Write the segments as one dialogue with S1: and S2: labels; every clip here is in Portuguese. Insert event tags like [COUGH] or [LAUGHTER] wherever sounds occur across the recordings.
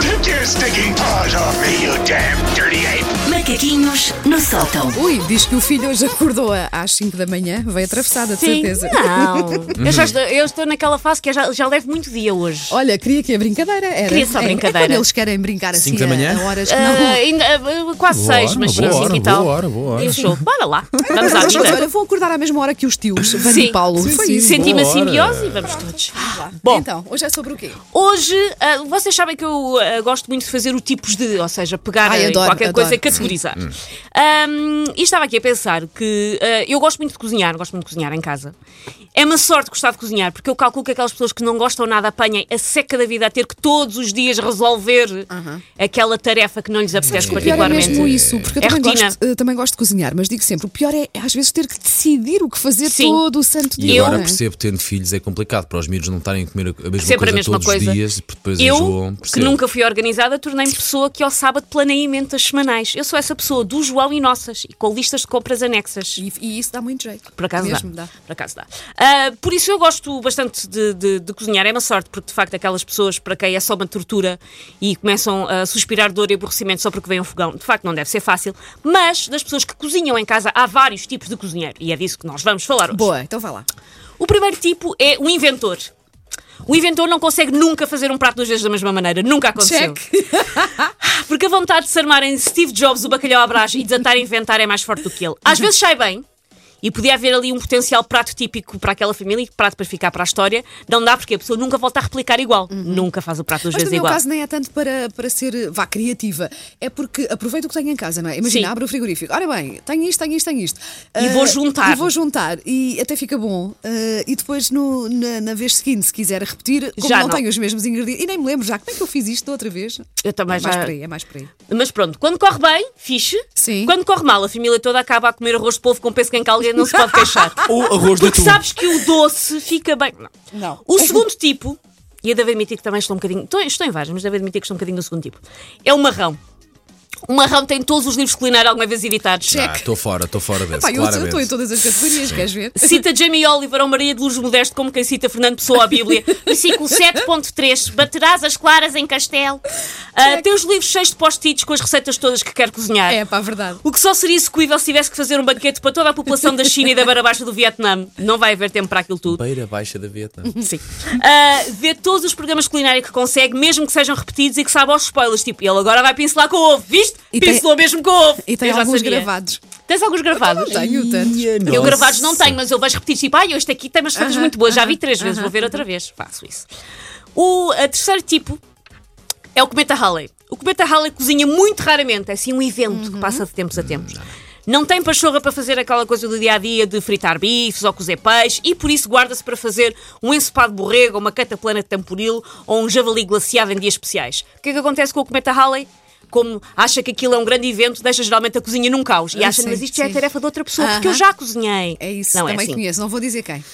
S1: Take your stinking paws off me, you damn dirty ape!
S2: Macaquinhos no sótão.
S3: Ui, diz que o filho hoje acordou a- às 5 da manhã, veio atravessada, de
S4: Sim,
S3: certeza.
S4: não.
S3: [LAUGHS]
S4: Eu, já estou, eu estou naquela fase que eu já, já levo muito dia hoje.
S3: Olha, queria que a brincadeira era.
S4: Queria só
S3: é- é
S4: brincadeira.
S3: quando eles querem brincar assim
S5: Cinco da
S3: a-
S5: manhã?
S3: a horas que
S4: Ah,
S3: não.
S4: ainda, ah, quase
S5: Boa
S4: seis,
S5: hora,
S4: mas
S5: boa
S4: sim,
S5: hora,
S4: cinco e tal.
S5: boa hora, boa hora.
S4: E o show, bora lá, vamos à
S3: Mas olha,
S4: vida.
S3: vou acordar à mesma hora que os tios, Vani e Paulo. Foi isso.
S4: senti uma
S5: Boa hora.
S4: simbiose assim e vamos todos.
S3: Bom. Então, hoje é sobre o quê?
S4: Hoje, ah, vocês sabem que eu ah, gosto muito de fazer o tipos de, ou seja, pegar
S3: Ai,
S4: ah, em
S3: adoro,
S4: qualquer
S3: adoro.
S4: coisa e categorizar. Ahm, e estava aqui a pensar que ah, eu gosto muito de cozinhar, gosto muito de cozinhar em casa. É uma sorte gostar de cozinhar, porque eu calculo que aquelas pessoas que não gostam nada apanhem a seca da vida a ter que todos os dias resolver aquela tarefa que não lhes apetece
S3: O pior é
S4: particularmente.
S3: mesmo isso, porque eu
S4: É
S3: também
S4: rotina.
S3: gosto, eh, também gosto de cozinhar, mas digo sempre, o pior é às vezes ter que decidir o que fazer
S4: Sim.
S3: todo o santo
S5: E
S3: dia.
S5: agora
S3: não é?
S5: percebo, tendo filhos é complicado para os miúdos não estarem a comer a mesma
S4: Sempre
S5: coisa
S4: a mesma
S5: todos
S4: coisa.
S5: os dias, porque depois
S4: eu,
S5: enjoam.
S4: que
S5: percebo.
S4: nunca fui organizada, tornei-me pessoa que ao sábado planeia emendas semanais. Eu sou essa pessoa do João e nossas, e com listas de compras anexas.
S3: E, e isso dá muito jeito.
S4: Por acaso
S3: Mesmo
S4: dá.
S3: dá.
S4: Por acaso dá. Ah, por isso eu gosto bastante de, de- de cozinhar. É uma sorte, porque de facto aquelas pessoas para quem é só uma tortura e começam a suspirar dor e aborrecimento só porque vem um fogão, de facto não deve ser fácil. Mas das pessoas que cozinham em casa há vários tipos de cozinheiro e é disso que nós vamos falar hoje.
S3: Boa, então vá lá.
S4: O primeiro tipo é o inventor. O inventor não consegue nunca fazer um prato duas vezes da mesma maneira. Nunca aconteceu. Ah, Porque a vontade de se armar em Steve Jobs o bacalhau à brás e desatar a inventar é mais forte do que ele.
S3: Uhum.
S4: Às vezes sai bem. E podia haver ali um potencial prato típico para aquela família e prato para ficar para a história. Não dá porque a pessoa nunca volta a replicar igual. Nunca faz o prato duas
S3: Uhum. Mas também
S4: vezes
S3: o
S4: igual.
S3: caso nem é tanto para, para ser, eh, vá, criativa. É porque aproveita o que tenho em casa, não é? Imagina,
S4: Sim.
S3: abre o frigorífico. Ora bem, tenho isto, tenho isto, tenho isto.
S4: E
S3: Ah,
S4: vou juntar.
S3: E vou juntar. E até fica bom. Ah, e depois, no- na, na vez seguinte, se quiser repetir, como
S4: Já
S3: não,
S4: não.
S3: tenho os mesmos ingredientes. E nem me lembro já, como é que eu fiz isto da outra vez?
S4: Eu também
S3: é mais
S4: já-
S3: por aí, é mais por aí.
S4: Mas pronto, quando corre bem, fixe.
S3: Sim.
S4: Quando corre mal, a família toda acaba a comer arroz de polvo com pêssego em calga não se
S3: [LAUGHS]
S4: pode queixar.
S5: Ou arroz de
S4: Porque
S5: atum.
S4: sabes que o doce fica bem. Não.
S3: Não.
S4: O segundo tipo, e eu devo admitir que também estou um bocadinho. Estou, estou em vários, mas devo admitir que estou um bocadinho do segundo tipo. É o marrão. O marrão tem todos os livros de culinária alguma vez editados.
S5: Ah, estou fora, estou fora desse,
S3: Pá, eu eu
S5: claramente.
S3: estou em todas as categorias, queres
S4: [LAUGHS]
S3: ver?
S4: Cita Jamie Oliver ou Maria de Luz Modesto como quem cita Fernando Pessoa à Bíblia. Versículo 7.3. Baterás as claras em castelo. Ah, tem os livros cheios de post-its com as receitas todas que quer cozinhar.
S3: É, pá, verdade.
S4: O que só seria execuível se tivesse que fazer um banquete para toda a população da China e da Beira Baixa do Vietnã. Não vai haver tempo para aquilo tudo.
S5: Beira baixa da veta.
S4: Sim. Ah, vê todos os programas de culinária que consegue, mesmo que sejam repetidos e que saiba aos spoilers. Tipo, ele agora vai pincelar com ovo, viste?
S3: E tem-
S4: Pincelou mesmo com ovo.
S3: E tem
S4: Eu já
S3: alguns
S4: sabia.
S3: gravados.
S4: Tens alguns gravados?
S3: Tenho tantos.
S4: Eu gravados não tenho, mas eu vejo repetidos. Tipo, ai, ah, este aqui tem umas fotos muito boas. Já vi três vezes, vou ver outra vez. Faço isso. O a terceiro tipo é o Cometa Halley. O Cometa Halley cozinha muito raramente. É assim um evento que passa de tempos a tempos. Não tem pachorra para fazer aquela coisa do dia a dia de fritar bifes ou cozer peixe e por isso guarda-se para fazer um ensopado de borrego, uma cataplana de tamboril ou um javali glaciado em dias especiais. O que é que acontece com o Cometa Halley? Como acha que aquilo é um grande evento, deixa geralmente a cozinha num caos. E
S3: Ah,
S4: acha,
S3: sim,
S4: mas isto já é
S3: sim.
S4: tarefa de outra pessoa, porque eu
S3: Aham.
S4: já cozinhei.
S3: É isso,
S4: não
S3: também
S4: é assim.
S3: conheço, não vou dizer quem.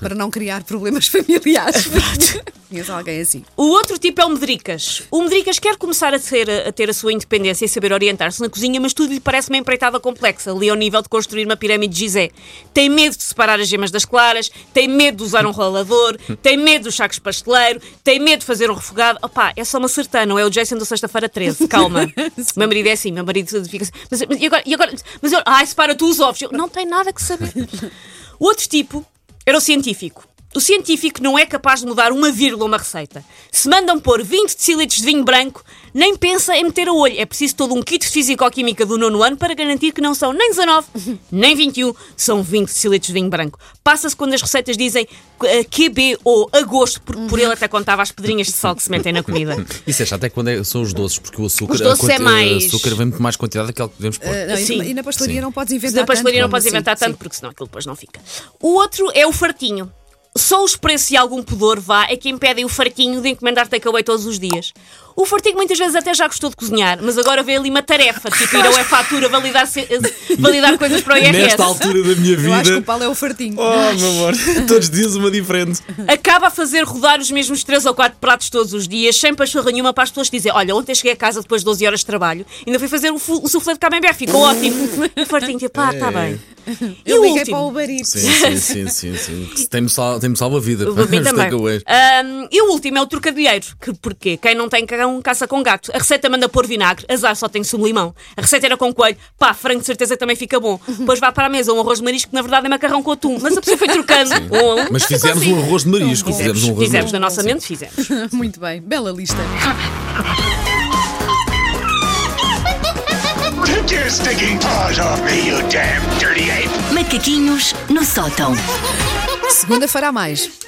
S3: Para não criar problemas [LAUGHS]
S4: [LAUGHS]
S3: familiares. conheço alguém assim.
S4: O outro tipo é o Medricas. O Medricas quer começar a, ser- a ter a sua independência e saber orientar-se na cozinha, mas tudo lhe parece uma empreitada complexa, ali ao nível de construir uma pirâmide de Gizé. Tem medo de separar as gemas das claras, tem medo de usar um ralador, tem medo dos sacos de pasteleiro, tem medo de fazer um refogado. Opá, é só uma sertã, não é o Jason do Sexta-feira 13,
S3: [LAUGHS]
S4: calma. o meu marido é assim, meu marido fica assim. Mas, mas e agora? E agora? Mas eu, ai, separa tu os ovos. Eu, não tem nada
S3: [LAUGHS]
S4: que saber. O outro tipo era o científico. O científico não é capaz de mudar uma vírgula a uma receita. Se mandam pôr 20 decilitros de vinho branco, nem pensa em meter a olho. É preciso todo um kit de físico-química do nono ano para garantir que não são nem 19, [LAUGHS] nem 21, são 20 decilitros de vinho branco. Passa-se quando as receitas dizem eh, QB ou agosto, porque por ele até contava as pedrinhas de sal que se metem na comida.
S5: [LAUGHS] Isso é chato, até quando é- são os doces, porque o açúcar,
S4: Os doces
S5: a
S4: é mais- Eh,
S5: o açúcar vem muito mais quantidade daquela que podemos pôr.
S3: Ah, não, e
S4: Sim.
S3: na- E na pastelaria
S5: Sim.
S3: não podes inventar
S4: da pastelaria
S3: tanto,
S4: não podes
S3: como- assim.
S4: inventar
S3: sim,
S4: tanto, porque senão aquilo depois não fica. O outro é o fartinho. Só os preços e algum pudor, vá, é que impedem o fartinho de encomendar takeaway todos os dias. O fartinho muitas vezes até já gostou de cozinhar, mas agora vê ali uma tarefa, tipo ir ao E-Fatura validar, se- eh,
S3: [LAUGHS]
S4: validar coisas para o IRS.
S5: Nesta altura da minha
S3: sim. Eu acho que o
S5: vida.
S3: Paulo é o fartinho.
S5: Oh, meu amor, [LAUGHS] todos os dias uma diferente.
S4: acaba a fazer rodar os mesmos três ou quatro pratos todos os dias, sem pachorra nenhuma, para as pessoas dizerem: Olha, ontem cheguei a casa
S3: [LAUGHS]
S4: depois de 12 horas de trabalho, ainda fui fazer o, fu- o soufflé de camembert, ficou ótimo. E o fartinho, tipo, pá, está bem. E
S3: É. Eu
S4: o
S3: liguei
S4: último.
S3: para o Uber Eats.
S5: [LAUGHS] Sim, sim, sim, sim, sim. Que se Tem-me sal, tem salvo a vida. [LAUGHS]
S4: O Bobinho
S5: Os
S4: também.
S5: takeaways.
S4: Ahm, e o último é o trocadilheiro. Que, porquê? Quem não tem cão, caça com gato. A receita manda pôr vinagre, azar só tem sublimão. A receita era com coelho, pá, frango de certeza que também fica bom. Depois vá para a mesa um arroz de marisco que na verdade é macarrão com atum. Mas a pessoa foi trocando. Um a um. [LAUGHS]
S5: Mas
S4: Até
S5: fizemos
S4: assim.
S5: um arroz de marisco. Fizemos um arroz de
S4: Fizemos,
S5: marisco.
S4: na nossa mente
S3: [LAUGHS]
S4: fizemos.
S3: Muito bem, bela lista.
S1: Take your stinking paws off me, you damn dirty ape!
S2: Macaquinhos no sótão.
S3: Segunda fará mais.